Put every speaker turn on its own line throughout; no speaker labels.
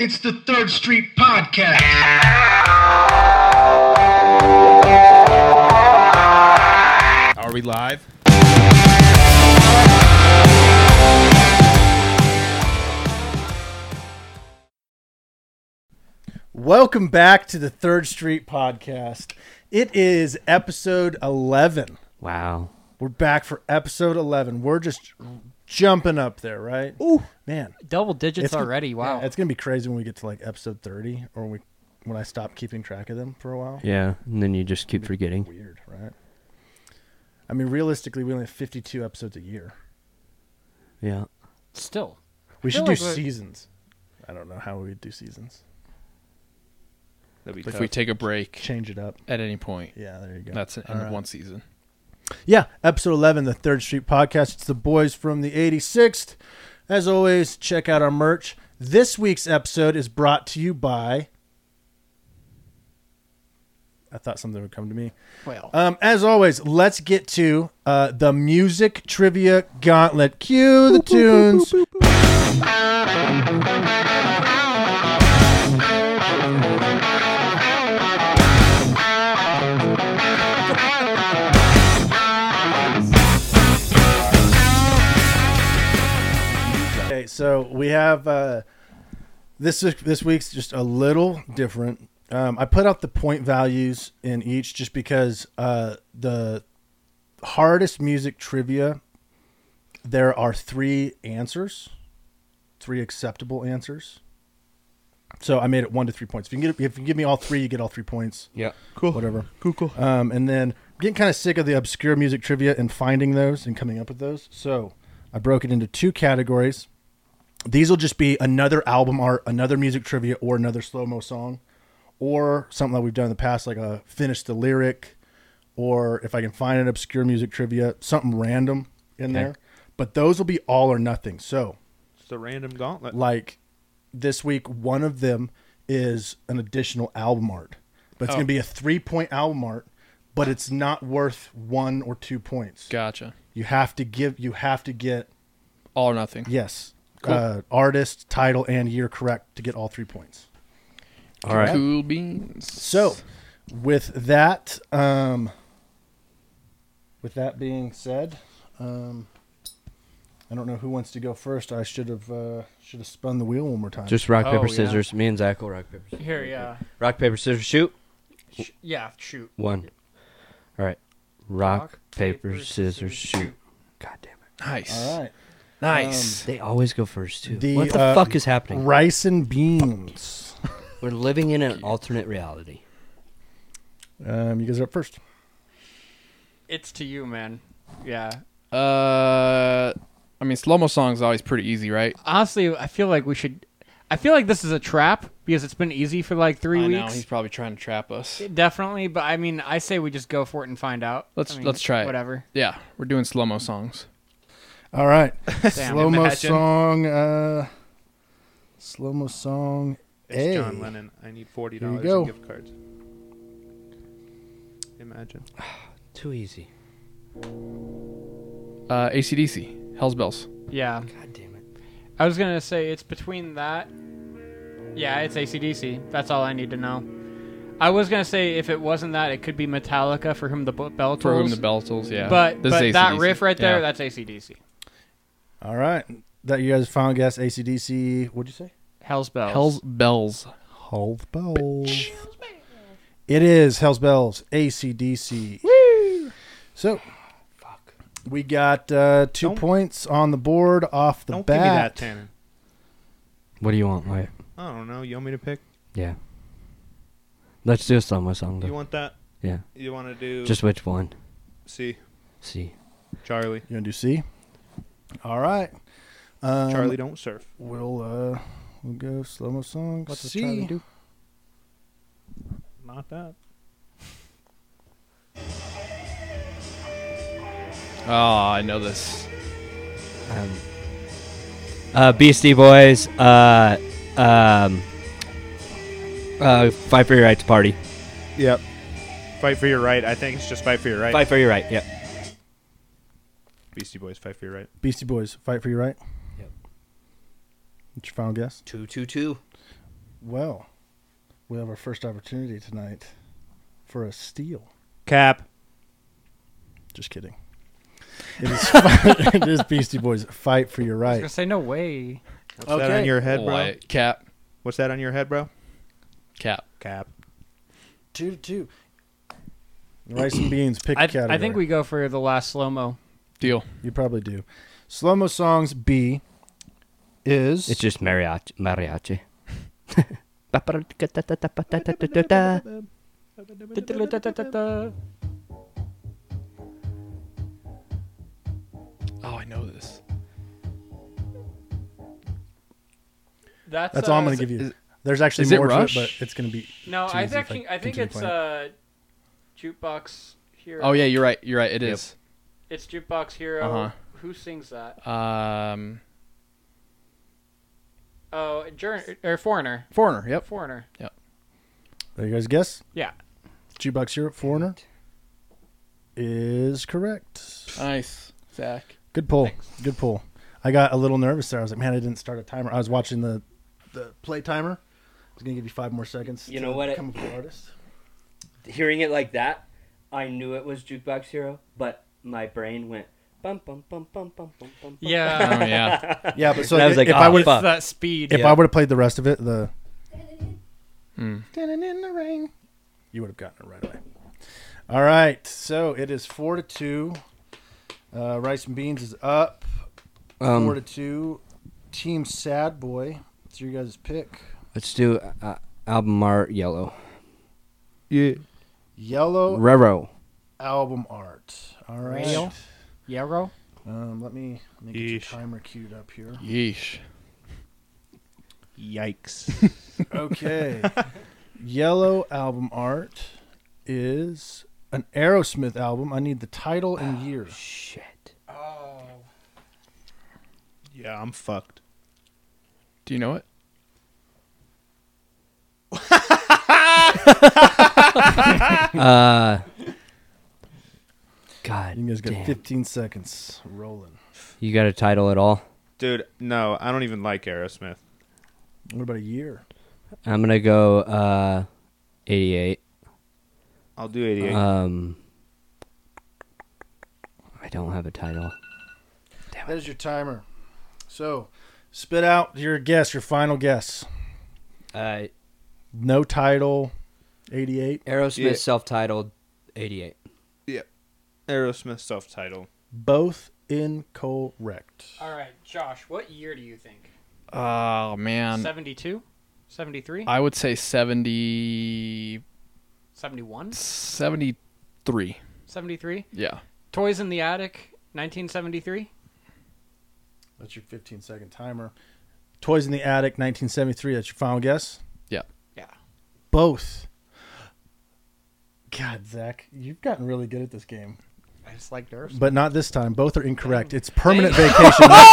It's the Third Street Podcast.
Are we live?
Welcome back to the Third Street Podcast. It is episode 11.
Wow.
We're back for episode 11. We're just jumping up there, right? Ooh, man.
Double digits
gonna-
already. Wow.
yeah, it's going to be crazy when we get to like episode 30 or we when I stop keeping track of them for a while.
yeah. And then you just keep forgetting.
Weird, right? I mean, realistically, we only have 52 episodes a year.
Yeah.
Still,
We
feel
should
like
do
we're-
seasons. I don't know how we would do seasons.
If we take a break
Change it up.
at any point,
Yeah, there you go.
that's an
All
end of
right.
one season.
Yeah, episode 11, the Third Street Podcast. It's the boys from the 86th. As always, check out our merch. This week's episode is brought to you by. I thought something would come to me.
well,
Um, as always, let's get to uh, the music trivia gauntlet. Cue the tunes. Okay, so we have uh, this is- this week's just a little different. Um, I put out the point values in each just because uh, the hardest music trivia there are three answers, three acceptable answers. So I made it one to three points. If you can get if you give me all three, you get all three points.
Yeah.
Cool. Whatever. Cool. Cool. Um, and then I'm getting kind of sick of the obscure music trivia and finding those and coming up with those. So I broke it into two categories. These will just be another album art, another music trivia, or another slow mo song, or something that we've done in the past, like a finish the lyric, or if I can find an obscure music trivia, something random in there. But those will be all or nothing. So
It's a random gauntlet.
like this week one of them is an additional album art but it's going to be a three point album art but it's not worth one or two points
Gotcha.
you have to give you have to get
All or nothing.
yes uh, artist title and year correct to get all three points
All right.
Cool beans.
so with that um with that being said um i don't know who wants to go first i should have uh should have spun the wheel one more time
Just rock,
Oh,
paper,
yeah.
scissors. Me and Zach will rock, paper, scissors.
here, yeah,
Rock, paper, scissors, shoot.
Sh- yeah, shoot.
One. All right. Rock, paper, scissors, shoot. God damn it.
nice.
all right
Nice.
Um,
They always go first, too.
The,
what the
uh,
fuck is happening?
Rice and beans.
We're living in an alternate reality.
Um, you guys are up first.
It's to you, man. Yeah.
uh, I mean, slow mo songs always pretty easy, right?
Honestly, I feel like we should. I feel like this is a trap because it's been easy for like three
I know
weeks.
he's probably trying to trap us.
Definitely, but I mean, I say we just go for it and find out.
Let's-
I mean,
let's try it.
Whatever.
Yeah, we're doing slow mo songs.
All right,
Damn.
slow mo
Imagine.
song. Uh, slow mo song.
It's
A.
John Lennon. I need forty
Here you
dollars
go.
in gift cards. Imagine.
Too easy.
Uh, ACDC, Hell's Bells.
Yeah.
God damn it.
I was gonna say it's between that. Yeah, it's ACDC. That's all I need to know. I was gonna say if it wasn't that, it could be Metallica for whom the b- bell tolls.
For whom the bell tolls, yeah.
But
Uh, This is
but that
AC/DC.
riff right there,
Yeah.
that's ACDC.
All right, that you guys final guess. ACDC. What'd you say?
Hell's bells.
Hell's Bells.
Hell's bells. It is Hell's bells. ACDC. Woo! So, We got uh, 2
Don't-
points on the board off the
Don't
bat.
give me that Tannen.
What do you want, Wyatt?
I don't know. You want me to pick?
Yeah. Let's do a slow mo song.
You
though.
want that?
Yeah.
You want to do?
Just which one?
see
See.
Charlie.
You gonna do C? All right. Um,
Charlie, don't surf.
We'll uh, we'll go slow mo song.
What's
C.
Charlie do?
Not that.
Oh, I know this.
Um, uh, Beastie Boys. Uh, um, uh, fight for your right to party.
Yep. Fight for your right. I think it's just fight for your right.
Fight for your right. Yeah.
Beastie Boys, fight for your right.
Beastie Boys, fight for your right.
Yep.
What's your final guess?
Two two two.
Well, we have our first opportunity tonight for a steal.
Cap.
Just kidding. It is, it is Beastie Boys' Fight for Your
I was gonna
Right.
say no way.
What's that on
Okay.
your head, bro?
Like, cap,
What's that on your head, bro?
cap.
Cap.
Two to two. Rice and beans, pick a
I,
category.
I think we go for the last slow mo.
Deal.
You probably do. Slow mo songs B is.
It's just mariachi. mariachi.
Oh, I know this.
That's,
that's
uh,
all I'm going
s-
to give you. There's actually
is it
more to it,
Rush?
but it's going to be.
No,
too
I
easy if
think
I
I think
continue
it's
playing.
uh, jukebox hero.
Oh yeah, you're right. You're right. It
Yep.
is.
it's jukebox hero.
Uh-huh.
Who sings that?
Um,
Oh, Jour- or foreigner.
foreigner. Yep.
Foreigner.
There you guys guess.
Yeah.
Jukebox Europe Foreigner is correct.
Nice, Zach.
Good pull. Good pull. I got a little nervous there. I was like, man, I didn't start a timer. I was watching the the play timer. I was gonna give you five more seconds.
You
to
know what it-
Come up with the artist.
Hearing it like that, I knew it was Jukebox Hero, but my brain went bum bum bum bum bum bum bum.
Yeah.
Oh yeah.
Yeah, but so
And I was like,
if
"Oh,
I would
fuck."
that speed.
if
Yeah.
I would have played the rest of it, the
Hmm.
"Standing in the rain, you would have gotten it right away. All right, so it is four to two. Uh, Rice and beans is up four to
Um,
two. Team Sad Boy, it's your guys' pick.
let's do uh, album art yellow.
Yeah.
Yellow
Rero.
album art. All right.
Real? Yeah, bro.
Um, let me let me get your
Yeesh.
timer queued up here.
Yeesh.
Yikes.
Okay. Yellow album art is an Aerosmith album. I need the title and year.
Shit.
Oh,
yeah, I'm fucked.
Do you know it?
Uh. God.
You guys got
damn.
15 seconds rolling.
You got a title at all?
Dude, no, I don't even like Aerosmith.
What about a year?
I'm gonna go uh, 88.
I'll do 88.
Uh,
Um, I don't have a title.
That is your timer. So, spit out your guess, your final guess.
Uh,
No title. 88.
Aerosmith
Yeah.
self-titled 88.
Aerosmith self-titled.
Both incorrect.
All right, Josh. What year do you think?
Oh man.
72? 73?
I would say 70,
71?
73.
73?
Yeah.
Toys in the Attic, 1973?
That's your 15 second timer. Toys in the Attic, 1973. That's your final guess?
Yeah.
Yeah.
Both. God, Zach, you've gotten really good at this game.
I just like nerves.
But not this time. Both are incorrect. It's permanent vacation. Not-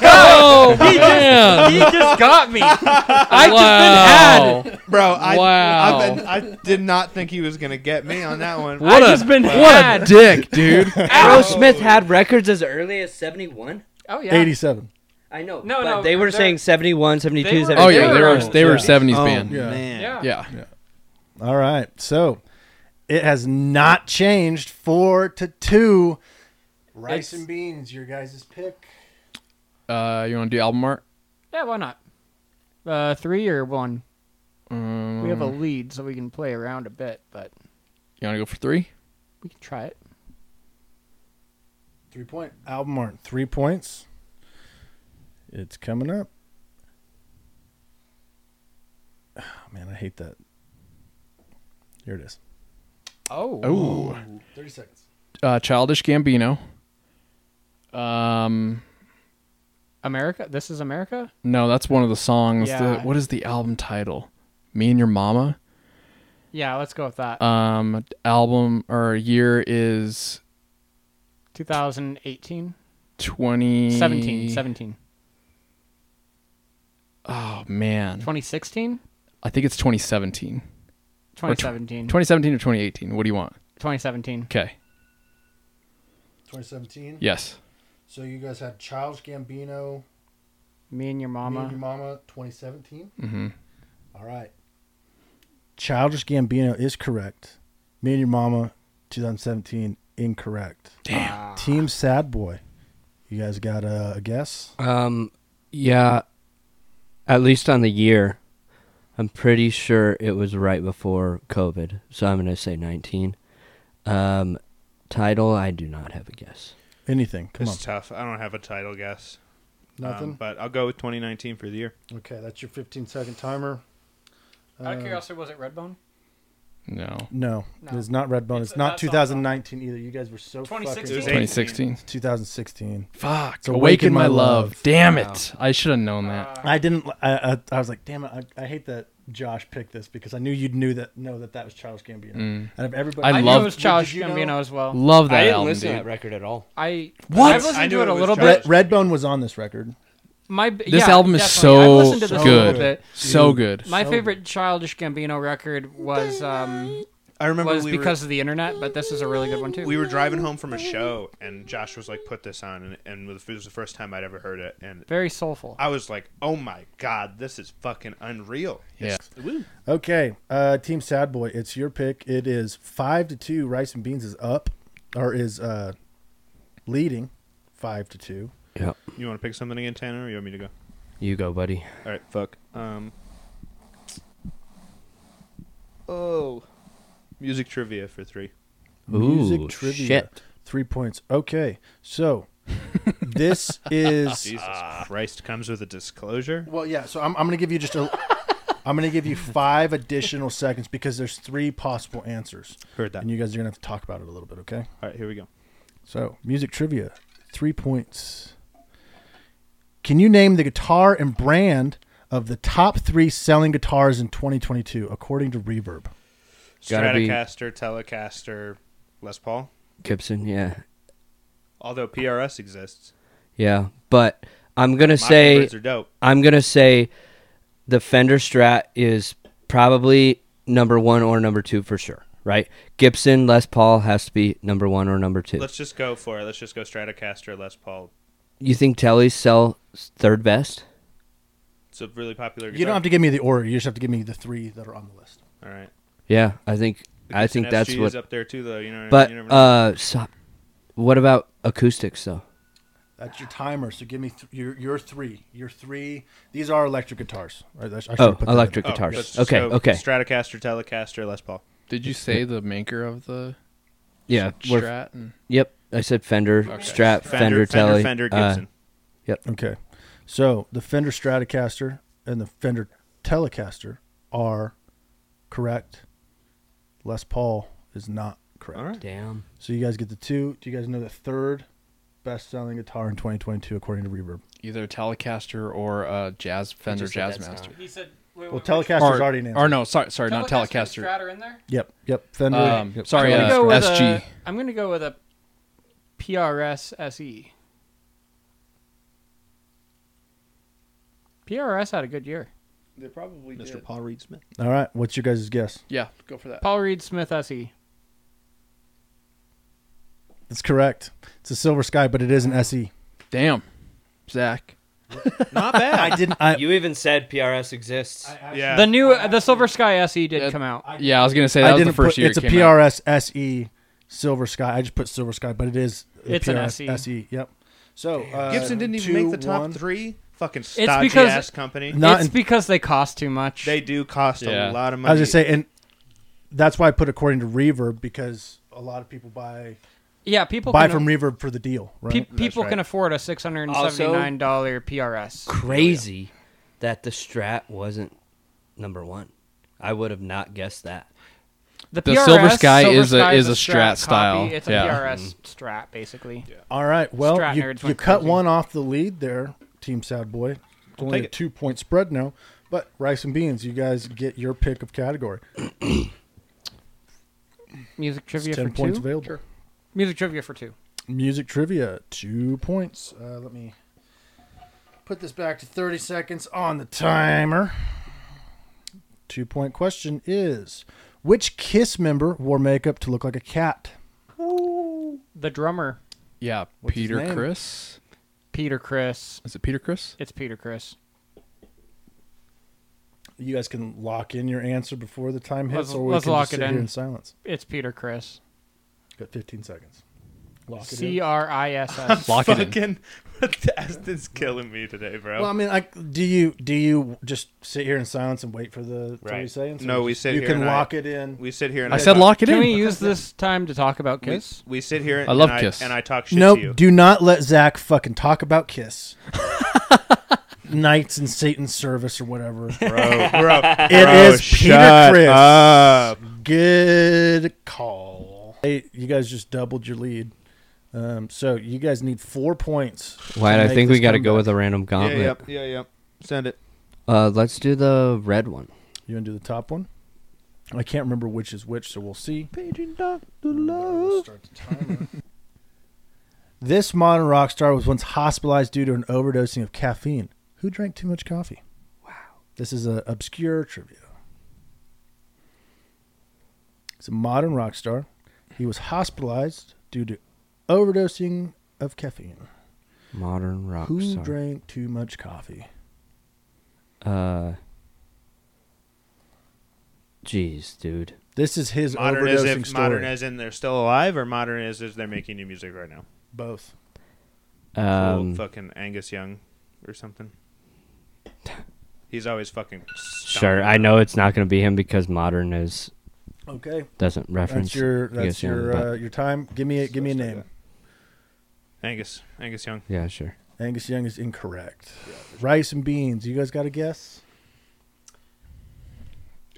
Oh man!
He just got me.
I wow.
Bro, I,
Wow.
I've been, I did not think he was going to get me on that one.
What
I
a
just been
what
had.
a dick, dude.
Aerosmith had records as early as 71.
Oh yeah.
87.
I know.
No,
but
no,
they were
they're-
saying 71, 72,
They were-
Oh yeah,
They
they were
were-
they were
yeah.
seventies
Oh,
band.
Yeah.
man.
Yeah.
Yeah.
All right. So it has not changed. Four to two. Rice
It's-
and beans, your guys' pick.
Uh, you want to do album art?
Yeah, why not? Uh, three or one.
Um,
We have a lead, so we can play around a bit, but
You want to go for three?
we can try it.
Three point album art. Three points. It's coming up. Ah, man, I hate that. Here it is.
Oh.
Ooh.
Thirty seconds.
Uh, Childish Gambino. Um,
America? This is America?
no, that's one of the songs.
Yeah.
The, what is the album title? Me and Your Mama.
Yeah, let's go with that.
Um, album or year is
2018?
twenty
17. 17.
Oh man,
2016?
I think it's twenty seventeen.
2017.
Twenty seventeen or twenty eighteen? What do you want?
2017.
Okay.
Twenty seventeen.
Yes.
So you guys had Charles Gambino,
Me and your
Me and
mama.
Your Mama, 2017.
Mhm.
All right. Childish Gambino is correct. Me and Your Mama, 2017, incorrect. Damn. Team Sad Boy. You guys got uh, a guess?
Um, yeah. At least on the year, I'm pretty sure it was right before COVID, so I'm gonna say 19. Um, title, I do not have a guess.
Anything? Come
It's
on.
tough. I don't have a title guess. Um,
Nothing.
but I'll go with 2019 for the year.
okay, that's your 15 second timer.
Out
Uh,
of curiosity, was it Redbone?
No.
No,
No.
it is not Redbone. It's,
It's-
not
that's all-
2019 either. You guys were so
It was
2016?
fucking.
eight.
2016.
2016.
Fuck.
So
Awaken,
Awaken
my
My
love.
Love.
Damn it. I should have known that.
Uh,
I didn't. I, I, I was like, damn it! I, I hate that Josh picked this because I knew you'd knew that know that that was Charles Gambino.
Mm.
Out of everybody,
I
I
love-
knew it was Childish
Did you know-
Gambino as well.
Love that album, dude.
record at all.
I
What?
I've listened
I
to
knew
it a
it was
little
Childish.
bit.
Red, Redbone was on this record.
My
This
yeah,
album is
definitely. I've listened to
so
this a little
good.
bit.
So good.
My
So
favorite Childish Gambino record was um
I remember
was
we
because of the internet, but this is a really good one too.
were, we were driving home from a show, and Josh was like, "Put this on," and, and it was the first time I'd ever heard it, and
very soulful.
I was like, "Oh my god, this is fucking unreal."
Yeah.
Okay, uh, Team Sad Boy, it's your pick. It is five to two. Rice and Beans is up, or is uh, leading, five to two.
Yep.
You want to pick something again, Tanner, or you want me to go?
You go, buddy.
All right, fuck. Um. Oh. Music trivia for three.
Music
Ooh,
trivia.
shit.
Three points. Okay, so this is
Jesus Christ comes with a disclosure.
Well, yeah. So I'm, I'm going to give you just a. I'm going to give you five additional seconds because there's three possible answers,
Heard that.
and you guys are going to have to talk about it a little bit, okay?
All right, here we go.
So music trivia, three points. Can you name the guitar and brand of the top three selling guitars in 2022 according to Reverb?
Gotta be-
Stratocaster, Telecaster, Les Paul.
Gibson, yeah,
Although PRS exists,
yeah. But I'm gonna
my
say
birds are dope.
I'm gonna say the Fender Strat is probably number one or number two for sure, right? Gibson Les Paul has to be number one or number 2
Let's just go for it. Let's just go Stratocaster, Les Paul.
you think Tellys sell s- third best?
It's a really popular. Guitar.
You don't have to give me the order. You just have to give me the three that are on the list.
All right.
Yeah, I think I
Gibson
think that's
SG is
what.
up there too, though. You know.
But
what I mean? You never know.
uh, so, what about acoustics though?
That's your timer. So give me th- your your three. Your three. These are electric guitars. Right, I sh- I should've
Oh,
put that in.
electric
Oh, let's
guitars.
just
okay,
go
okay.
Stratocaster, Telecaster, Les Paul.
Did you say the maker of the
yeah, we're-
Strat? And...
yep. I said Fender, Strat, Fender,
Fender,
Tele,
Fender,
uh,
Gibson.
Okay. So the Fender Stratocaster and the Fender Telecaster are correct. Les Paul is not correct.
All right.
damn.
So you guys get the two. Do you guys know the third best selling guitar in 2022 according to Reverb?
Either Telecaster or uh, Jazz Fender
just said
Jazz
that's
Master.
he said
Well, Telecaster's
Or,
already an answer.
or no, sorry, sorry, not Telecaster.
in there?
Yep. Yep. Fender.
Um,
yep.
sorry,
I'm
uh,
gonna go with
SG.
A, I'm gonna go with a PRS SE. PRS had a good year.
They probably Mr. Paul Reed Smith.
All right. What's your guys' guess?
Yeah, go for that.
Paul Reed Smith E. SE.
It's correct. It's a Silver Sky, but it E. is an SE.
Damn, Zach.
Not bad.
I didn't. I,
You even said PRS exists.
yeah.
The new the Silver Sky SE did
Yeah.
come out.
Yeah, I was gonna say
I
that was
didn't
the first
put,
year
It's
it
a
came out.
PRS SE E Silver Sky. I just put Silver Sky, but it is a
It's an E.
PRS
SE.
E. Yep. So uh,
Gibson didn't even make the top
one.
three. Fucking stodgy
because-
ass company.
No. Not
it's
in-
because they cost too much.
They do cost
Yeah.
a lot of
I
money.
was just saying, and that's why I put according to Reverb because a lot of people buy
yeah, people
buy
can,
from Reverb for the deal, right?
pe- people
right.
can afford a six hundred and seventy nine dollar PRS.
Crazy
Oh,
that the Strat wasn't number one. I would have not guessed that.
The Silver Sky is a- is a Strat
copy.
style.
It's a
Yeah. Mm-hmm.
PRS Strat basically.
All right, well,
Strat
you,
nerds
you
went
cut
crazy.
one off the lead there, Team Sad Boy. It's only a
take it.
two point spread now, but rice and beans, you guys get your pick of category.
Music trivia for
Ten points
two.
available.
Music trivia for two.
Music trivia, two points. Uh, let me put this back to 30 seconds on the timer. Two point question is Which Kiss member wore makeup to look like a cat?
The drummer
Yeah,
What's his
Peter
name?
Chris.
Peter Chris.
Is it Peter Chris?
It's Peter Chris.
You guys can lock in your answer before the time hits,
Let's-
or we
let's
can
lock
just
it
sit here
in.
in silence.
It's Peter Chris.
Got 15 seconds. Lock it
C
in.
R I S S.
Lock it in.
Fucking, Aston's killing me today, bro.
Well, I mean, I, do you do you just sit here in silence and wait for the 30
Right.
seconds?
No,
Or
we
just-
sit
You
here
can
and I-
lock it in.
we sit here and
I said
talk-
lock it
Can
in.
we use this time to talk about
We,
Kiss?
we sit here. And,
I love
and
Kiss.
and I talk shit
Nope.
to you.
Do not let Zach fucking talk about Kiss. Knights in Satan's service or whatever. It
bro, bro, it
is
bro,
Peter
shut
Chris.
up.
Good call. Hey, you guys just doubled your lead. Um, so you guys need four points. to
Why? I
make
think we
this
got to go
comeback.
with a random
Yeah,
gauntlet.
yep, yeah, yep. Send it.
Uh, let's do the red one.
You want to do the top one? I can't remember which is which, so we'll see. This modern rock star was once hospitalized due to an overdosing of caffeine. Who drank too much coffee? Wow. This is an obscure trivia. He's a modern rock star. He was hospitalized due to overdosing of caffeine.
Modern rock
Who
star.
drank too much coffee?
Uh. Jeez, dude.
This is his
Modern
overdosing
as if
story.
modern as in they're still alive, or modern as if they're making new music right now.
Both.
Um,
Old fucking Angus Young or something. He's always fucking.
sure. I know it's not going to be him because modern is
Okay.
doesn't reference.
That's your
I
that's
guess, yeah,
your
but-
uh, your time. Give me a give me a
Let's do
name.
Angus, Angus Young.
yeah, sure.
Angus Young is incorrect. Rice and beans. You guys got a guess?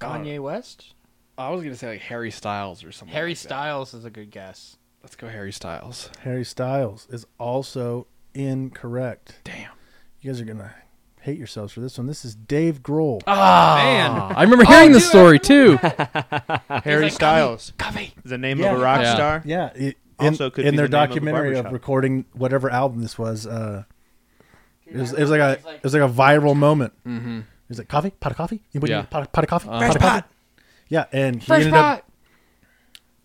Kanye West?
I was gonna say like Harry Styles or something.
Harry Styles is a good guess.
Let's go Harry Styles.
Harry Styles is also incorrect.
Damn.
You guys are gonna hate yourselves for this one. This is Dave Grohl.
Ah.
Man, Ah, I remember
Oh,
hearing this story too.
Harry
like,
Styles,
Covey.
the name
Yeah.
of a rock
Yeah.
star.
Yeah. it- in,
Also could
in
be
their
the name of the
documentary of,
barbershop.
recording whatever album this was, uh, it was, it was like a it was like a viral moment. Mm-hmm. It was like coffee, pot of coffee. You put
Yeah.
yeah. pot, of- pot of coffee,
Uh-huh.
Uh,
pot
Fresh
of coffee. Yeah, and he
Fresh
ended up
pot.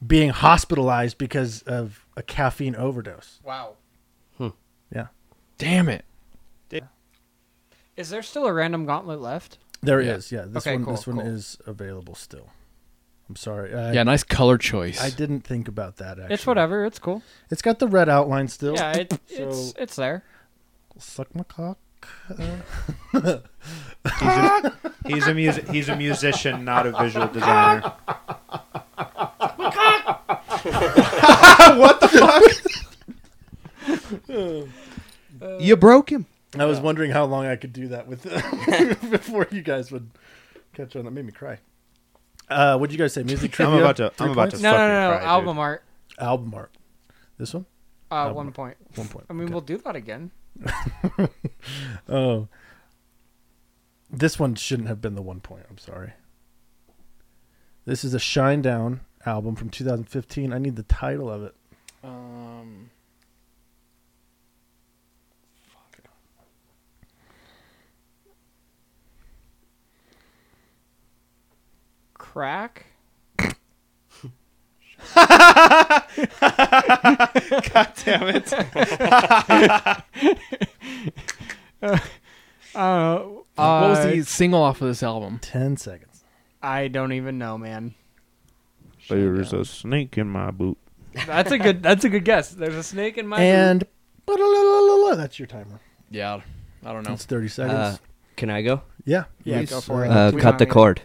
being hospitalized because of a caffeine overdose.
Wow.
Yeah,
Damn it.
Is there still a random gauntlet left?
there
Yeah.
is. yeah. This
Okay,
one,
cool,
this one
cool.
is available still. I'm sorry. I,
Yeah, nice color choice.
I didn't think about that. Actually,
It's whatever. It's cool.
It's got the red outline still.
Yeah, it,
So-
it's it's there.
Suck my cock.
He's a music. He's a musician, not a visual designer.
you broke him.
I was wondering how long I could do that with before you guys would catch on. That made me cry. Uh, what'd you guys say? Music
I'm
trivia.
about to-
Three
I'm about to-
points?
No, no,
fucking
no, no.
cry, dude.
Album art.
album art. This one,
Uh, one point.
one point.
I mean, we'll do that again.
Oh, this one shouldn't have been the one point. I'm sorry. This is a Shine Down album from 2015. I need the title of it.
Um,
Crack. God damn it. uh,
what was
uh,
the single off of this album?
Ten seconds.
I don't even know, man.
There's a snake in my boot.
That's a good. That's a good guess. There's a snake in my.
And that's your timer.
Yeah, I don't know.
That's 30 seconds.
Uh, can I go?
yeah.
Yeah,
please.
go for it.
Uh,
we
cut the
nominate-
cord.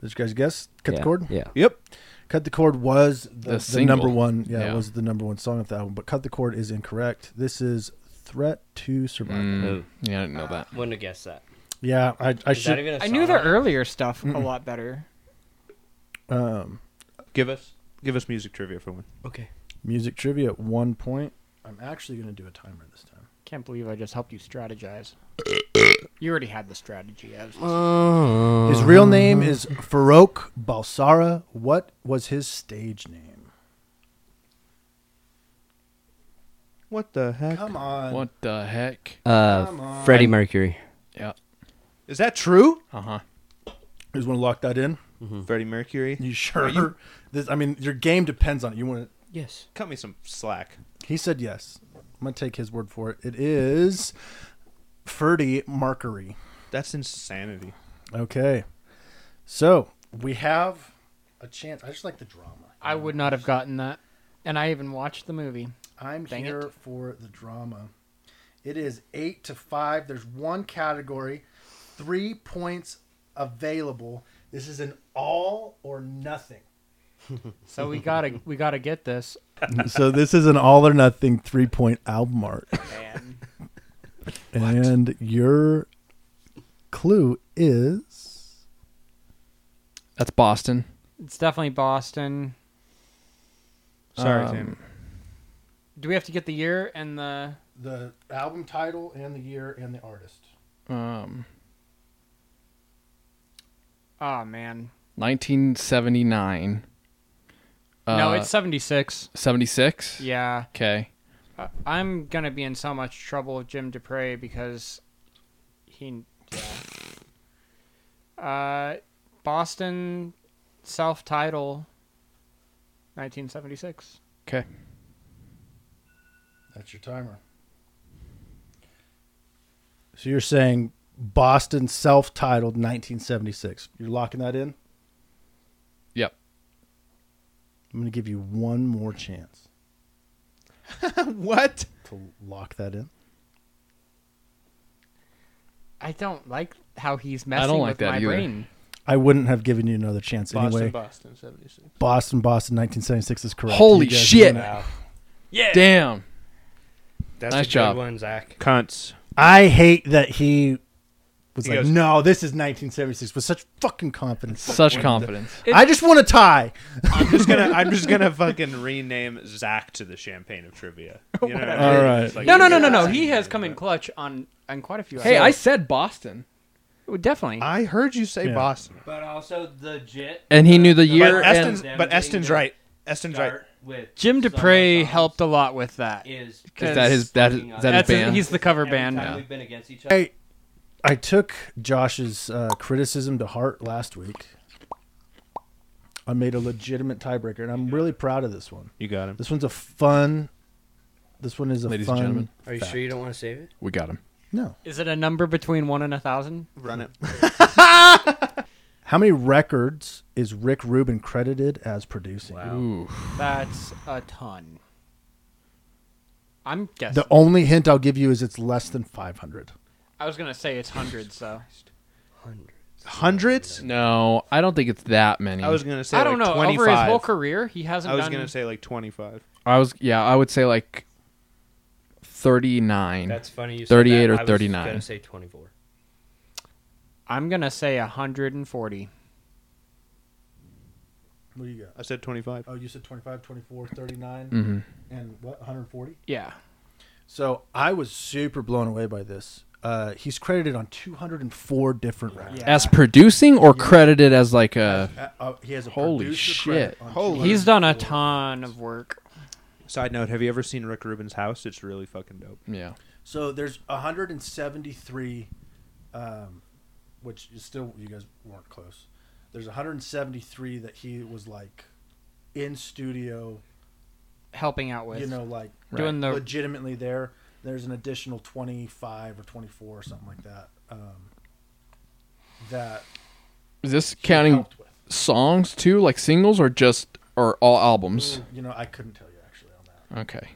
Did you guys guess? Cut
Yeah,
the cord.
Yeah.
Yep.
Cut the Cord was
The
the, the,
single.
number one. Yeah,
Yeah.
it was the number one song of the album. But Cut the Cord is incorrect. This is Threat to Survival.
Mm, yeah, I didn't know that.
Wouldn't have guessed that.
Yeah, I, I
Is that
should.
even a
I knew
song?
the earlier stuff a lot better.
Um,
Give us, give us music trivia for one.
Okay.
music trivia at one point. I'm actually going to do a timer this time.
Can't believe I just helped you strategize. you already had the strategy. I was just-
His real name is Farouk Balsara. What was his stage name?
What the heck?
Come on.
What the heck?
Uh, Freddie Mercury.
Yeah.
Is that true?
Uh huh.
You just want to lock that in?
Freddie Mercury.
You sure? this, I mean, your game depends on it. You want to.
Yes.
Cut me some slack.
He said yes. I'm gonna take his word for it. It is Ferdy Markery.
That's insanity.
Okay, so we have a chance. I just like the drama.
I would not have gotten that, and I even watched the movie.
I'm
Dang
here for the drama. It is eight to five. There's one category, three points available. This is an all or nothing.
So we gotta we gotta get this.
so this is an all or nothing three point album art. And your clue is
That's Boston.
It's definitely Boston.
Sorry,
Um,
Tim.
Do we have to get the year and the?
the album title and the year and the artist.
Um,
Oh man,
1979.
no,
Uh,
it's seventy six.
76.
Yeah,
Okay.
I- I'm gonna be in so much trouble with Jim Dupre because he. yeah. Uh, Boston, self title. 1976.
Okay.
That's your timer. So you're saying Boston self-titled 1976. You're locking that in?
Yep.
I'm going to give you one more chance
what?
to lock that in.
I don't like how he's messing
like
with
that
my
either.
brain.
I wouldn't have given you another chance
Boston,
anyway.
Boston, 76.
Boston, Boston, 1976 is correct.
Holy
You guys
shit.
win it.
Yeah.
Damn.
That's
Nice a good job.
one, Zach.
Cunts.
I hate that he was
He
like,
goes-
no, this is 1976 with such fucking confidence.
Such confidence.
I just want a tie.
I'm just gonna I'm just gonna fucking rename Zach to the champagne of trivia. You know what I mean?
All right.
It's like-
No, no, no, no, no. He has come in clutch on on quite a few.
Hey, I
episodes.
said Boston.
Well, definitely.
I heard you say
Yeah.
Boston.
But also legit.
And he knew the year
But Eston's,
and-
but Eston's right. Eston's right.
Start with
Jim
Summer
Dupre
Songs
helped a lot with that.
Is
Is that his- that is- that
That's
his
his-
band?
he's the cover
Every
band.
time
Yeah.
We've been against each other.
I, I took Josh's uh, criticism to heart last week. I made a legitimate tiebreaker, and I'm really proud of this one.
You got him.
This one's a fun. This one is a
Ladies and
fun.
gentlemen.
Are you sure you don't want to save it?
We got him.
No.
Is it a number between one and a thousand?
Run it.
How many records is Rick Rubin credited as producing?
Ooh.
That's a ton. I'm guessing.
The only hint I'll give you is it's less than 500.
I was gonna say it's hundreds, though.
Hundreds?
No, I don't think it's that many.
I was gonna say
I don't
like
know.
25.
Over his whole career, he hasn't.
I was
done...
gonna say like 25.
I was yeah, I would say like 39.
That's funny. You
said 38 that. or I was 39. gonna
say 24.
I'm gonna say 140.
What do you got?
I said 25.
Oh, you said 25, 24, 39,
Mhm.
and what, 140?
Yeah.
So I was super blown away by this. Uh, he's credited on 204 different records.
Yeah.
As producing or credited as like a
Uh, uh, he has a
Holy
producer
shit.
credit on
Holy-
He's done a ton of work.
Side note: Have you ever seen Rick Rubin's house? It's really fucking dope.
yeah.
So there's 173, um, which is still you guys weren't close. There's 173 that he was like in studio,
Helping out with
you know, like
doing the
legitimately there. There's an additional 25 or 24 or something like that. Um, that
Is this
he
counting
helped with.
songs too, like singles or just or all albums?
You know, I couldn't tell you actually on that.
Mm.
Okay.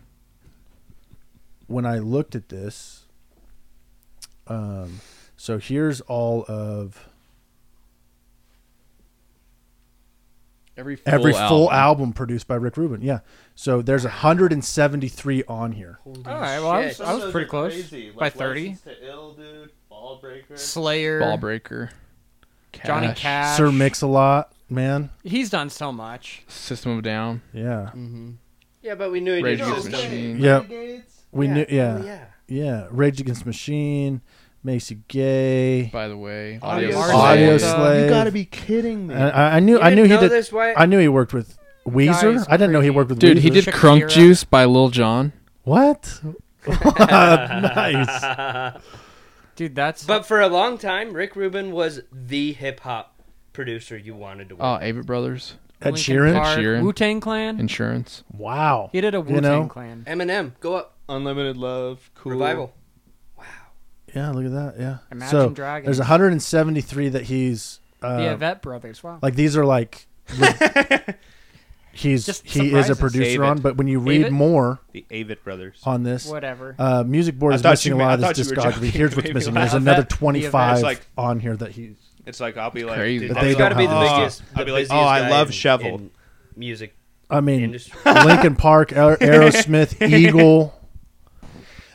When I looked at this, um, so here's all of
Every full
every full
album.
album produced by Rick Rubin. Yeah. So there's 173 on here.
All right, well, I was, I was pretty close by thirty. Slayer,
Ballbreaker.
Johnny Cash,
Sir Mix a Lot, man.
He's done so much.
System of a Down.
Yeah.
Yeah, but we knew he
Rage
did
Against the Machine.
Yep. We knew. Yeah.
Oh,
yeah.
yeah.
Rage Against the Machine, Macy Gay.
By the way, Audio
Audio
Uh,
Slave.
Slave.
Audio
Slave.
Slave.
You gotta be kidding me!
I, I- I knew.
You
I knew
didn't
he
know
did.
this, Wyatt?
I knew he worked with Weezer.
Guys,
I didn't know he worked with
Dude, he
Weezer.
did Crunk
Shakira.
Juice by Lil Jon.
What? nice.
Dude, that's
But for a long time, Rick Rubin was the hip hop producer you wanted to work.
Oh, Avett Brothers.
Ed Sheeran.
Park. Sheeran.
Wu Tang Clan.
Insurance.
Wow.
He did a Wu
You
Tang
know?
Clan.
Eminem, go up.
Unlimited Love, Cool.
Revival.
Yeah, look at that. Yeah.
Imagine
so
Dragons.
there's 173 that he's uh,
the Avett brothers. Wow.
like these are like le- he's
Just
he is a
surprises.
producer
Save
on.
it.
But when you
Save
read
it.
more
The Avett Brothers.
on this,
Whatever.
uh, Music Board
I
is
thought
missing
you
a
meant-
lot of
I
this
thought you were
discography.
joking.
Here's
Maybe
what's missing.
not.
There's
I bet-
another
yeah, but it's
25
like-
on here that he's.
It's like I'll be like,
crazy.
dude,
But
I'll
they
He's
be
got to
like,
be the
oh,
busiest.
I'll
the
be like,
busiest
oh, I
guy
love
in-
Shovel.
in music
I
Hmm.
mean,
industry.
Lincoln Park, Aer- Aerosmith, Eagle.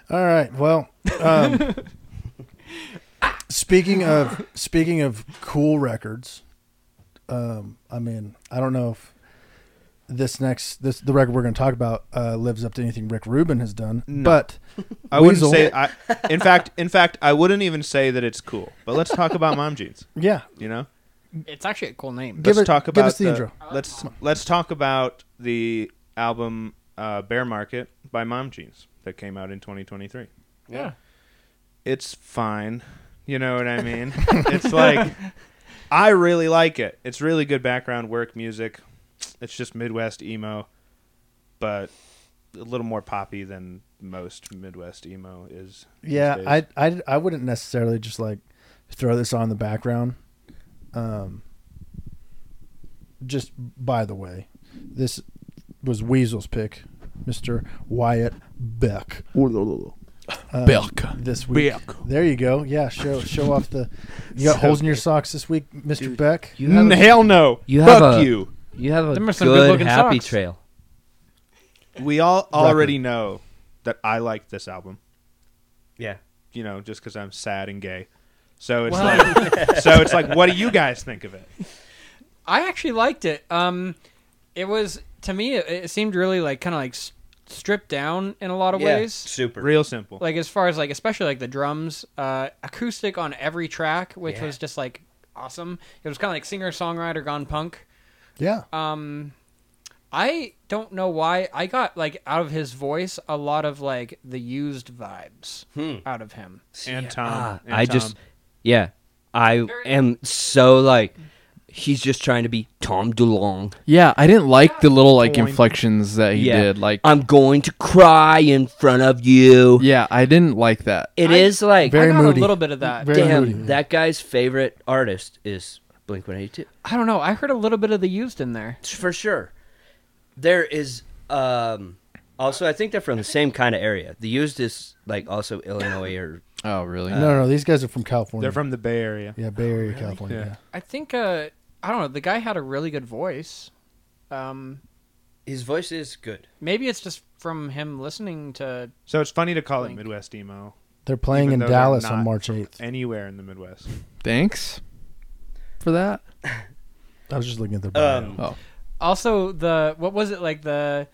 All right. Well, um, speaking of speaking of cool records, um, I mean, I don't know if this next this the record we're going to talk about uh, lives up to anything Rick Rubin has done, but
I wouldn't
Weasel.
say. I, in fact, in fact, I wouldn't even say that it's cool. But let's talk about Mom Jeans.
yeah,
You know,
um,
it's actually a cool name.
Give
let's
it-
talk
give
about
us the intro.
Let's let's talk about the album uh, Bear Market by Mom Jeans that came out in 2023.
Yeah.
It's fine. You know what I mean? it's like I really like it. It's really good background work music. It's just Midwest emo, but a little more poppy than most Midwest emo is. these
yeah,
days.
I, I I wouldn't necessarily just like throw this on in the background. Um, just by the way, this was Weasel's pick, Mister Wyatt Beck. Um,
Beck.
this week. There you go. Yeah, show show off the. You got holes in your socks this week, Mister Beck.
You have,
Mm,
a,
hell no.
you have
Fuck
a-
you.
you have a
Them are
good,
some good-looking
happy
socks.
trail.
We all already know that I like this album.
Yeah.
You know, just because I'm sad and gay. So it's
Well-
like, so it's like, what do you guys think of it?
I actually liked it. Um, it was to me, it, it seemed really like kind of like s- stripped down in a lot of
Yeah.
ways.
Super.
Real simple.
Like as far as like especially like the drums, uh, acoustic on every track, which was just like awesome. It was kind of like singer songwriter gone punk.
Yeah,
Uh,
Um, I don't know why I got like out of his voice a lot of like the used vibes
Hmm.
out of him.
and Tom.
Ah,
Um, and
I
Tom.
just, yeah, I am so like, he's just trying to be Tom DeLonge.
Yeah, I didn't like the little like
Point.
inflections that he
yeah,
did. Like,
I'm going to cry in front of you.
yeah, I didn't like that.
It is
I-
like,
Very
I got
moody.
a little bit of that.
Very
damn,
moody.
that guy's favorite artist is Blink One Eighty Two.
I don't know. I heard a little bit of the used in there.
for sure. There is um also I think they're from the same kind of area. The used is like also Illinois or
Oh, really?
no, no, these guys are from California.
They're from the Bay Area.
yeah, Bay Area, California.
Yeah.
yeah.
I think uh I don't know, the guy had a really good voice. Um
his voice is good.
maybe it's just from him listening to
So it's funny to call it
Link.
Midwest emo.
They're playing
Even
in
though they're
Dallas on
not
March
from
eighth.
Anywhere in the Midwest.
Thanks for that.
I was just looking at their bio.
Um,
Oh,
also the what was it like the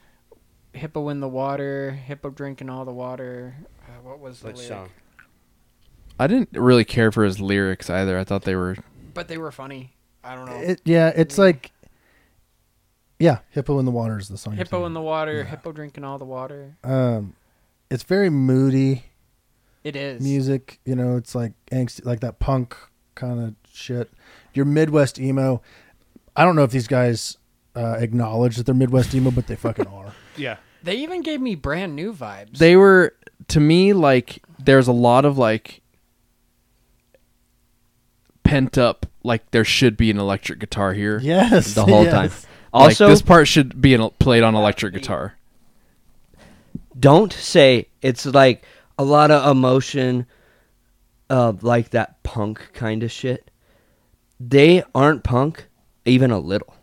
hippo in the water, hippo drinking all the water. Uh, what was the
Which
lyric?
song?
I didn't really care for his lyrics either. I thought they were
But they were funny. I don't know.
It, yeah, it's like. Yeah, hippo in the water is the song. you're
hippo in
thinking
the water, hippo drinking all the water.
of. Um, it's very moody
It is.
music. You know, it's like angst, like that punk kind of shit. Your Midwest emo. I don't know if these guys uh, acknowledge that they're Midwest emo, but they fucking are.
Yeah.
They even gave me brand new vibes.
they were to me like there's a lot of like pent up like there should be an electric guitar here
Yes,
The whole
yes.
time.
Like,
Also
this part should be an, played on electric guitar
don't say it's like a lot of emotion of like that punk kind of shit. They aren't punk even a little.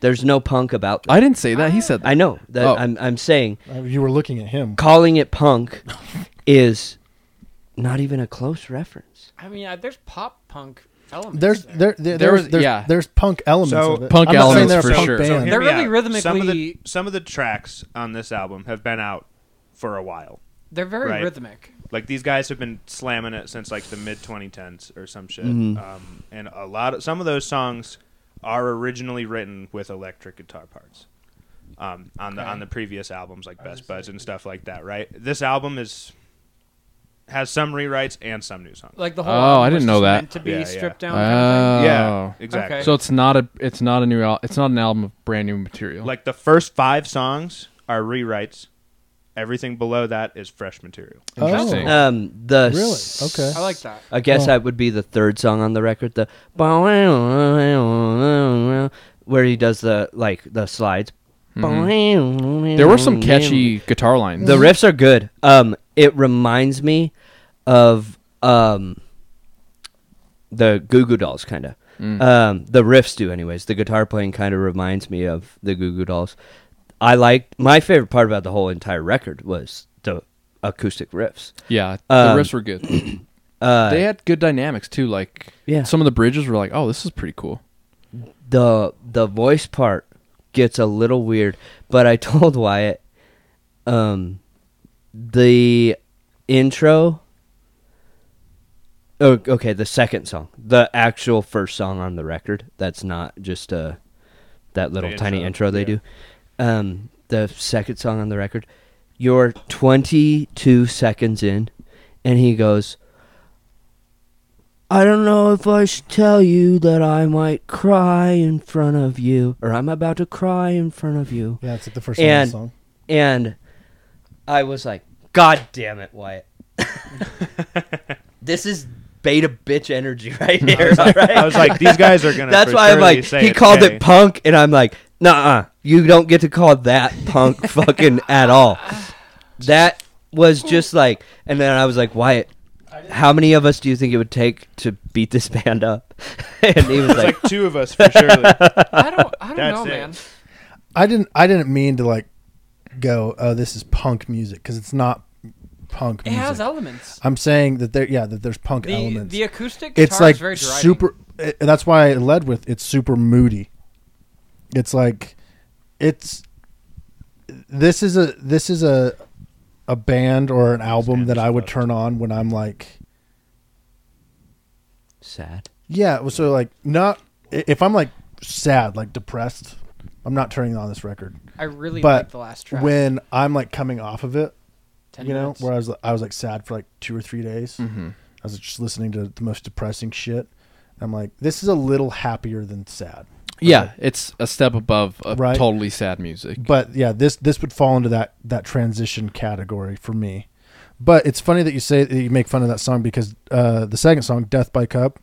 There's no punk about them.
i didn't say that he said that
I know that
Oh.
I'm I'm saying
Uh, You were looking at him.
calling it punk is not even a close reference.
I mean, uh, there's pop punk elements.
There's
there.
there there,
There
there's,
was-
there's,
yeah.
there's punk elements
So-
of it.
Punk
I'm not saying
elements
they're a
for
punk
sure. So
Band.
hear
They're
me
really
out. Some of, the,
rhythmically-
some of the tracks on this album have been out for a while.
They're very
Right.
rhythmic.
Like these guys have been slamming it since like the mid 2010s or some shit.
Mm-hmm.
Um, and a lot of some of those songs are originally written with electric guitar parts. Um, on the on the previous albums like Best Buds and stuff like that, right? This album is has some rewrites and some new songs.
Like the whole.
Oh,
album
I
was
didn't know
just
that.
meant To be
Yeah, yeah.
stripped down. kind of
oh.
yeah, exactly.
Okay.
so it's not a it's not a new al- it's not an album of brand new material
Like the first five songs are rewrites Everything below that is fresh material.
Interesting.
Um, the
Really?
s-
Okay.
I like that.
I guess
Oh.
that would be the third song on the record. The where he does the like the slides.
Mm-hmm.
There were some catchy guitar lines.
The riffs are good. Um, it reminds me of um, the Goo Goo Dolls, kind of.
Mm.
Um, the riffs do, anyways. The guitar playing kind of reminds me of the Goo Goo Dolls. I liked my favorite part about the whole entire record was the acoustic riffs.
yeah,
Um,
the riffs were good. they had good dynamics too. Like
Yeah.
some of the bridges were like, oh, this is pretty cool.
the the voice part gets a little weird, but I told Wyatt um the intro oh, okay, the second song, the actual first song on the record. That's not just a that little tiny intro,
intro,
they
yeah.
do. Um the second song on the record, you're 22 seconds in and he goes I don't know if I should tell you that I might cry in front of you, or I'm about to cry in front of you.
Yeah, it's like the first line of
And
the song.
and I was like, God damn it, Wyatt! this is beta bitch energy right here. all right?
I was like, these guys are gonna.
That's
for
why I'm
surely
like,
say
he
it's
called
gay.
it punk, and I'm like, nah, you don't get to call that punk fucking at all. That was just like, and then I was like, Wyatt, how many of us do you think it would take to beat this band up? and he was
It's
like,
like two of us for surely.
I don't. I don't
That's
know,
it.
man.
I didn't. I didn't mean to like go. Oh, this is punk music because it's not punk
It
music.
has elements.
I'm saying that there. Yeah, that there's punk
The
elements.
the acoustic guitar
it's like
is very driving.
super. eh, that's why I led with it's super moody. It's like, it's. This is a this is a, a band or an album that I would turn on when I'm like,
sad.
yeah. well, So like, not i- if I'm like sad, like depressed, I'm not turning on this record.
I really
but
like the last track.
When I'm like coming off of it,
10
you know,
minutes.
where I was I was like sad for like two or three days. I was just listening to the most depressing shit. I'm like, this is a little happier than sad,
Yeah, it's a step above a
Right.
totally sad music.
but yeah, this this would fall into that that transition category for me. But it's funny that you say that you make fun of that song because uh, the second song, "Death by Cup,"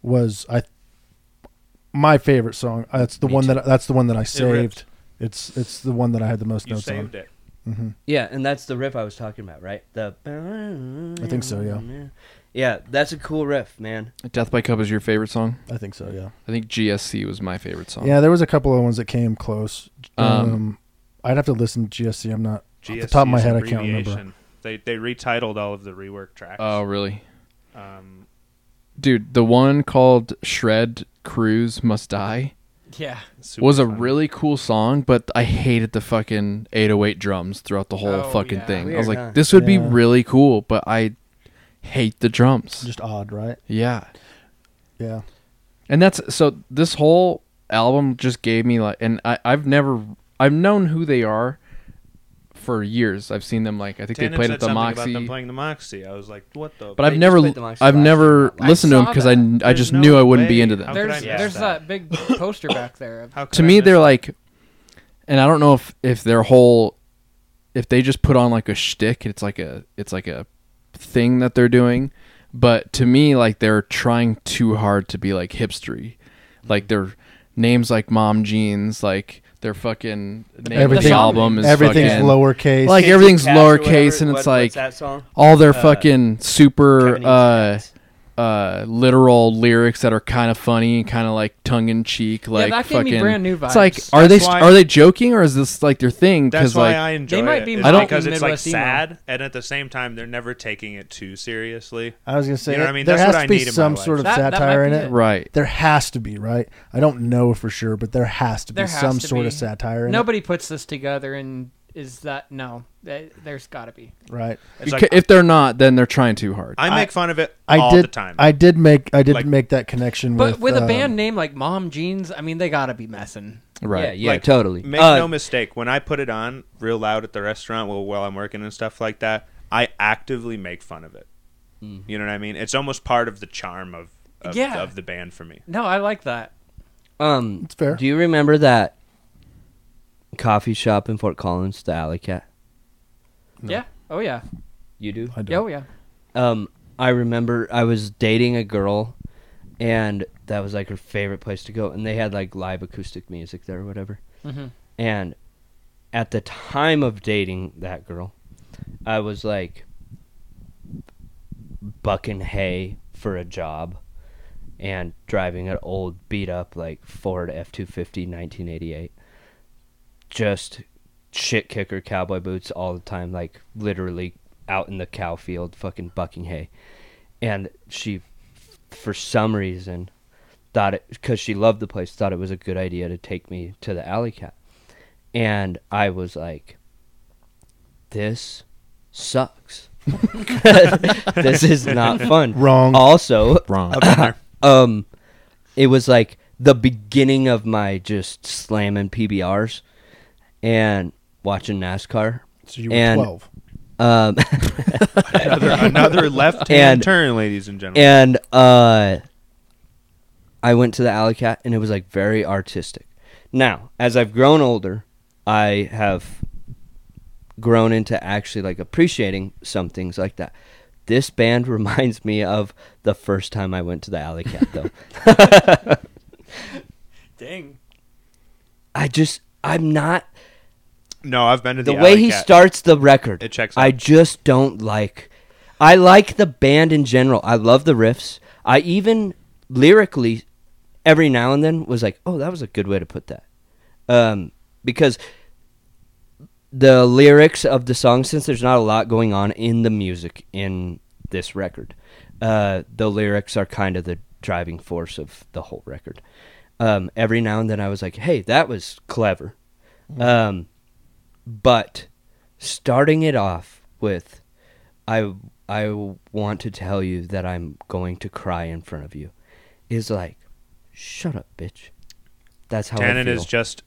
was I my favorite song. That's the one that that's the one that I saved. it's it's the one that I had the most
You
notes on.
saved it.
Yeah, and that's the riff I was talking about, right? The
I think so. Yeah,
yeah, that's a cool riff, man.
Death by Cup is your favorite song?
I think so. Yeah.
I think GSC was my favorite song.
Yeah, there was a couple of ones that came close. Um,
Um,
I'd have to listen to GSC. I'm not off the
GSC
top of my
is
head.
an
I can't remember.
abbreviation. They they retitled all of the rework tracks.
Oh, really?
Um,
Dude, the one called Shred Cruise Must Die
yeah,
super
was a
fun.
really cool song, but I hated the fucking 808 drums throughout the whole
Oh,
fucking
yeah.
thing. I was
Weird,
like,
huh?
this would be
Yeah.
really cool, but I hate the drums.
Just odd, right?
yeah.
Yeah.
And that's so this whole album just gave me like and I, I've never I've known who they are for years. I've seen them like I think
Tannen
they played
said
at the
something
Moxie.
About them playing the Moxie. I was like, what the?
but
They
I've
just
never
played the Moxie
I've
last
never
year. I
listened to them
saw
because I,
that.
kn- I
There's
just
no
knew I wouldn't be
way.
into them.
How could I
there's
miss
there's
that?
that big poster back there. Of,
How could
to
I
me
miss
they're
that?
like and I don't know if if their whole if they just put on like a shtick it's like a it's like a thing that they're doing but to me like they're trying too hard to be like hipstery like their names like mom jeans like their fucking name of
Everything-
the album is
Everything's
fucking,
lowercase.
like
Cage
everything's
Cats or
lowercase
whatever-
and
what-
it's
what's
like
that song?
all their
Uh,
fucking super
Japanese
uh
Cats.
uh literal lyrics that are kind of funny and kind of like tongue in cheek like
that gave me
fucking
brand new
It's like
vibes.
are
That's
they
why-
are they joking or is this like their thing
That's
cuz
why
like
I enjoy
They might
it,
be
is
mocking
because it's like
Midwest emo.
sad, and at the same time, they're never taking it too seriously.
I was gonna say,
You know what I mean?
there
That's
has
what
to
I
be
need in my
some
life.
sort of
That- that
satire
might
in
be
it.
it.
right
There has to be, right? I don't know for sure, but there has to be
There has
some
to
sort of
be.
satire in
Nobody puts this together, and is that no? Th- There's got to be.
it, right?
It's
Beca-
like,
if they're not then they're trying too hard
I make fun of it
I
all
did.
the time.
I did make. I did
Like-
make that connection.
But with, a
um,
band name like Mom Jeans, I mean, they got to be messing.
Yeah,
right
yeah,
Like,
totally.
Make
Uh,
no mistake, when I put it on real loud at the restaurant while, while I'm working and stuff like that, I actively make fun of it.
Mm.
You know what I mean? It's almost part of the charm of of,
Yeah.
of the band for me.
No, I like that.
Um,
It's fair.
Do you remember that coffee shop in Fort Collins, the Alley Cat?
Yeah. Oh yeah.
You do?
I
Yeah, oh yeah.
Um, I remember I was dating a girl, and that was like her favorite place to go, and they had like live acoustic music there or whatever.
Mhm.
And at the time of dating that girl, I was like bucking hay for a job and driving an old beat up like Ford F 250 1988. Just shit kicker cowboy boots all the time, like literally out in the cow field, fucking bucking hay. And she, for some reason, thought it, because she loved the place, thought it was a good idea to take me to the alley cat. And I was like, this sucks. this is not fun.
Wrong.
Also,
Wrong.
um it was like the beginning of my just slamming PBRs and watching NASCAR.
So you were
And-
12.
Um
another, another left hand
And-
turn, ladies and gentlemen.
and uh I went to the Alley Cat and it was like very artistic. Now, as I've grown older, I have grown into actually like appreciating some things like that. This band reminds me of the first time I went to the Alley Cat though.
Dang.
I just I'm not
no, I've been to
the
the,
way
Alley
he
Cat.
starts the record
It checks
i
out.
just don't like i like the band in general i love the riffs i even lyrically every now and then was like oh that was a good way to put that um, because the lyrics of the song since there's not a lot going on in the music in this record uh, the lyrics are kind of the driving force of the whole record um, every now and then i was like hey that was clever
Mm-hmm.
um, but starting it off with i i want to tell you that i'm going to cry in front of you is like shut up bitch that's how I
Tannen
feel.
is just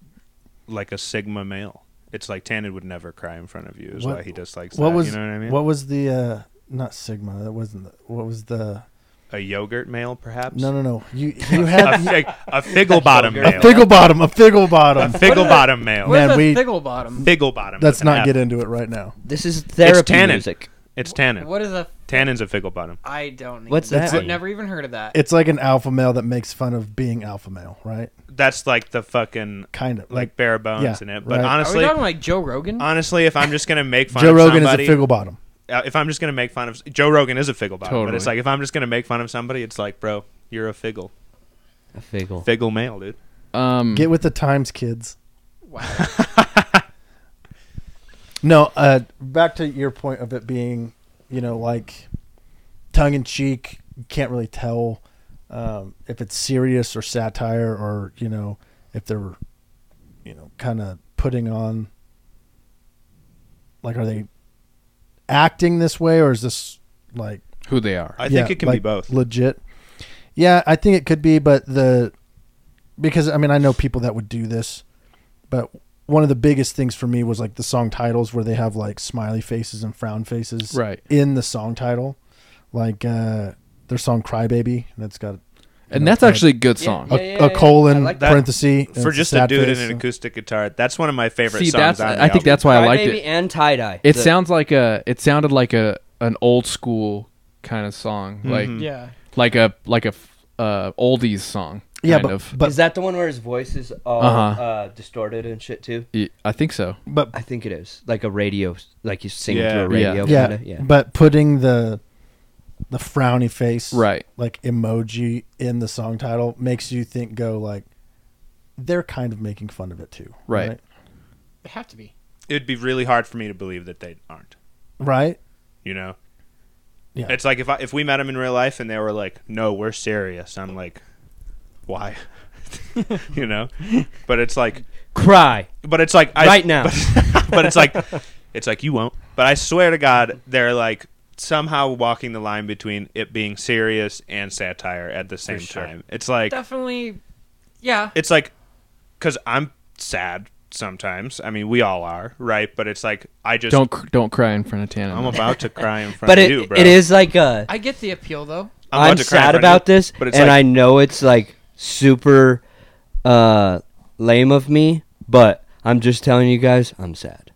like a sigma male. It's like Tannen would never cry in front of you. Is
What-
why he dislikes
What
that.
was
you know what I mean?
what was the uh not Sigma? That wasn't the, what was the
a yogurt male, perhaps?
No, no, no. You you
a,
had
fig, a figgle bottom
a
male.
fickle bottom, a fickle
A
bottom.
figgle bottom male.
Man,
Where's
we-
the thiggle bottom?
Figgle bottom.
Let's
with an
not
F.
get into it right now.
This is therapy
Tannen.
music.
It's Tannen.
What is a?
Tannen's a figgle bottom.
I don't. Even,
What's that?
I've never even heard of that.
It's like an alpha male that makes fun of being alpha male, right?
That's like the fucking
Kind of
like
like,
bare bones
yeah,
in it. But
right.
Are we
honestly,
talking like Joe Rogan?
honestly, if I'm just gonna make fun
Joe
of
Rogan
somebody,
is a fickle bottom.
uh, if I'm just gonna make fun of Joe Rogan is a figgle bottom, but
Totally.
it's like if I'm just gonna make fun of somebody, it's like, bro, you're a figgle,
A figgle.
figgle male, dude.
Um,
Get with the times, kids.
wow.
No, uh, back to your point of it being, you know, like tongue in cheek. You can't really tell um, if it's serious or satire, or you know, if they're, you know, kind of putting on. Like, are they acting this way, or is this like?
who they are.
I
yeah,
think it can be
like,
both.
Legit. Yeah, I think it could be, but the because I mean I know people that would do this, but one of the biggest things for me was like the song titles where they have like smiley faces and frown faces
Right.
in the song title. Like uh their song Crybaby, that's got a,
and that's actually a good song.
a, colon
that.
parenthesis. and
For
it's
just a
sad
dude
face,
in an
so-
acoustic guitar, that's one of my favorite
See, that's
songs. on the
I think
album.
that's why I liked it.
and tie dye.
It sounds like a. It sounded like a an old school kind of song,
Mm-hmm.
like
yeah.
like a like a f- uh, oldies song.
Yeah,
kind
but,
of.
is
but
that the one where his voice is all
Uh-huh.
uh, distorted and shit too?
Y- I think so.
but
I think it is like a radio, like you sing through
Yeah.
a radio.
yeah,
kinda. yeah.
but putting the the frowny face
Right.
like emoji in the song title makes you think go like they're kind of making fun of it too
Right.
They have to be.
it'd be really hard for me to believe that they aren't.
right, Right?
You know,
Yeah.
It's like if I, if we met him in real life and they were like, "No, we're serious," I'm like, "Why?" you know, but it's like,
Cry
but it's like I,
right now.
but it's like it's like you won't. But I swear to God, they're like somehow walking the line between it being serious and satire at the same time. It's like
Definitely. Yeah.
it's like because I'm sad sometimes. I mean, we all are, right? But it's like I just
Don't cr- don't cry in front of Tana.
I'm about to cry in front
but
of
it,
you, bro.
it is like a.
I get the appeal though.
I'm about
I'm
to cry in
sad
front of
about
you,
this,
but it's
and
like-
I know it's like super uh, lame of me, but I'm just telling you guys, I'm sad.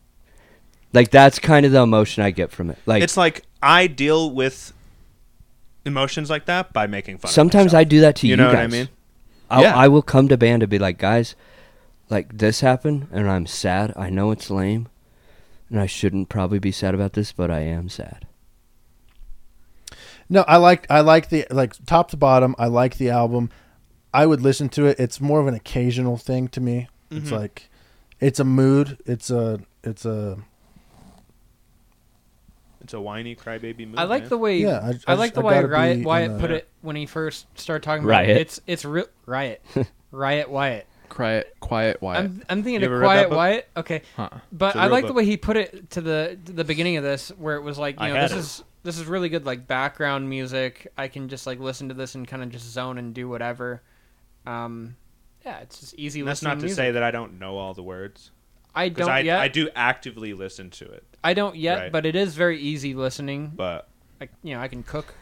Like that's kind of the emotion I get from it. Like
it's like I deal with emotions like that by making fun.
sometimes
of
I do that to
You
you,
know
guys.
what I mean?
I,
Yeah.
I will come to band and be like, guys, like this happened, and I'm sad. I know it's lame, and I shouldn't probably be sad about this, but I am sad.
No, I like I like the like top to bottom. I like the album. I would listen to it. It's more of an occasional thing to me. It's like it's a mood. It's a it's a
It's a whiny crybaby movie.
I like the way
Yeah, I- I
I,
just-
like the
I
way
gotta be
Riot
in
Wyatt
the-
put it when he first started talking about
Riot.
it. It's it's real Riot. Riot Wyatt.
Quiet, quiet, Wyatt.
I'm I'm thinking
You
of
ever read that
Quiet
book?
Wyatt. Okay.
Huh.
But
It's a
I
real
like the
book.
way he put it to the to the beginning of this where it was like, you
I
know,
had
this
it.
is this is really good like background music. I can just like listen to this and kind of just zone and do whatever. Um yeah, it's just easy
And that's
listening
not to
music.
say that I don't know all the words
I
because
don't
I,
yet.
I do actively listen to it,
I don't yet,
Right.
but it is very easy listening.
but
Like, you know, I can cook.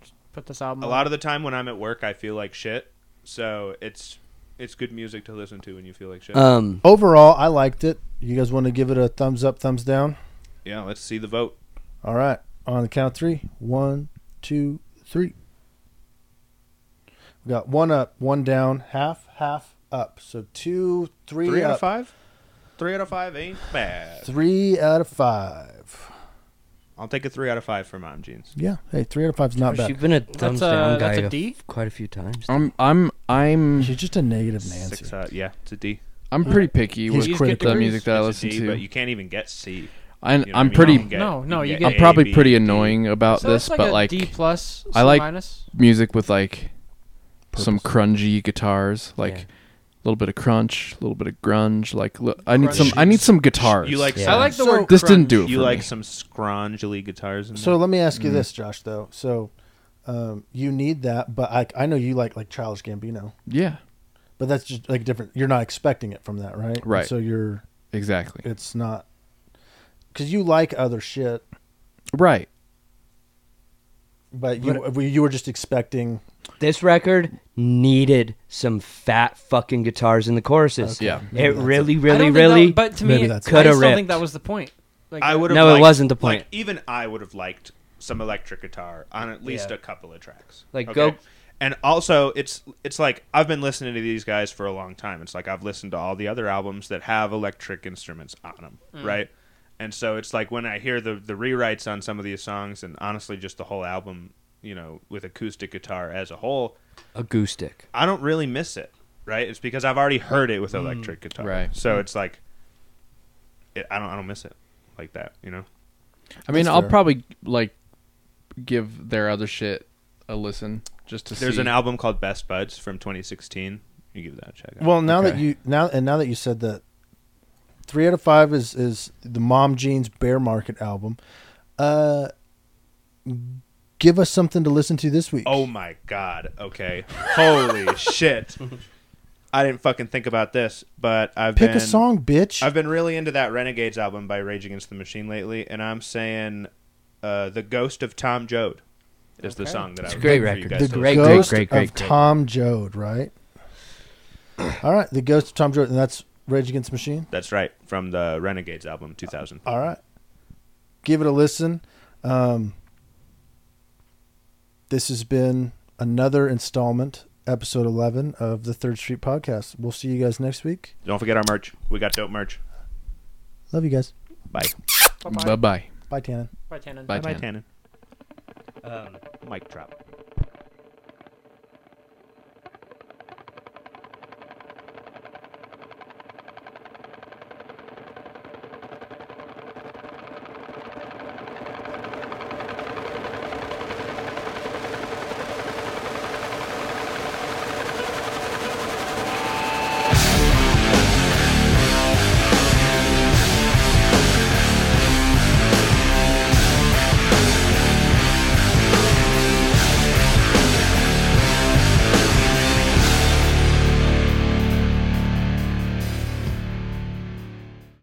Just put this album.
a
on.
lot of the time when I'm at work, I feel like shit. So it's it's good music to listen to when you feel like shit.
Uh,
Um,
overall. I liked it. You guys want to give it a thumbs up, thumbs down?
yeah, let's see the vote.
All right, on the count of three. One, two, three. We got one up, one down, half, half up. So two, three,
Three out
up.
of five. Three out of five ain't bad.
Three out of five.
I'll take a three out of five for mom jeans.
Yeah. Hey, three out of five's not bad.
you've been a thumbs
a-
down guy
that's a
a-
D?
quite a few times.
I'm I'm I'm
She's just a negative Nancy.
Six out. Yeah, it's a D.
I'm pretty picky
He's
with
He's
the
critical.
music that I
It's a
listen
D,
to.
but you can't even get C.
I,
You know what I
I'm
mean?
pretty.
You can get-
No, no, you
can
get
I'm
A,
probably
B,
pretty
D.
annoying about
so
this,
it's like
but
a
like
D plus,
I
C
like-
minus.
music with like some
Purpose.
grungy guitars, like a
Yeah.
little bit of crunch, a little bit of grunge. Like look, I need some.
Grunge.
I need some guitars.
You like
Yeah.
some,
I like the
So-
word.
this? Didn't
grunge.
do it
you
for
like
me.
some scrangely guitars. In
So
there?
let me ask you this, Josh. Though, so um, you need that, but I I know you like like Childish Gambino,
Yeah,
but that's just like different. You're not expecting it from that, right? And
Right.
so you're
exactly.
it's not because you like other shit,
Right.
but you you were just expecting.
This record needed some fat fucking guitars in the choruses.
Okay. Yeah.
Maybe
It
that's
really, really,
I don't think
really.
That, but to
Maybe
me, I
that's
it. Coulda
still
ripped.
think that was the point. Like,
I would have.
No, it
liked,
wasn't the
like,
point.
even I would have liked some electric guitar on at least
Yeah.
a couple of tracks.
Like, go-
And also, it's it's like I've been listening to these guys for a long time. It's like I've listened to all the other albums that have electric instruments on them, right? And so it's like when I hear the the rewrites on some of these songs, and honestly, just the whole album, you know, with acoustic guitar as a whole,
a goose stick.
I don't really miss it, right? It's because I've already heard it with electric guitar,
Right.
So
Mm.
it's like, it, I don't, I don't miss it like that, you know.
I mean,
That's
I'll
fair.
probably like give their other shit a listen just to
There's
see.
an album called Best Buds from 2016. You give that a check. Out.
Well, now that
Okay.
you now and now that you said that, three out of five is is the Mom Jeans Bear Market album. Uh, give us something to listen to this week.
oh my god. Okay. Holy shit. I didn't fucking think about this, but I've
pick
been,
a song, bitch.
I've been really into that Renegades album by Rage Against the Machine lately, and I'm saying, uh, "The Ghost of Tom Joad" is the song that I would
great
like for
record.
You guys
the
The
to listen
great,
to.
great,
ghost
great, great,
of
great.
Tom Joad, right? All right, the ghost of Tom Joad, and that's Rage Against the Machine.
That's right, from the Renegades album 2000.
All right, give it a listen. Um, this has been another installment, episode eleven of the Third Street Podcast. We'll see you guys next week.
Don't forget our merch. We got dope merch.
Love you guys.
Bye.
Bye-bye.
Bye bye.
Bye, Tannen.
Bye, Tannen.
Bye
Bye,
bye.
Tannen. Um, Mic drop.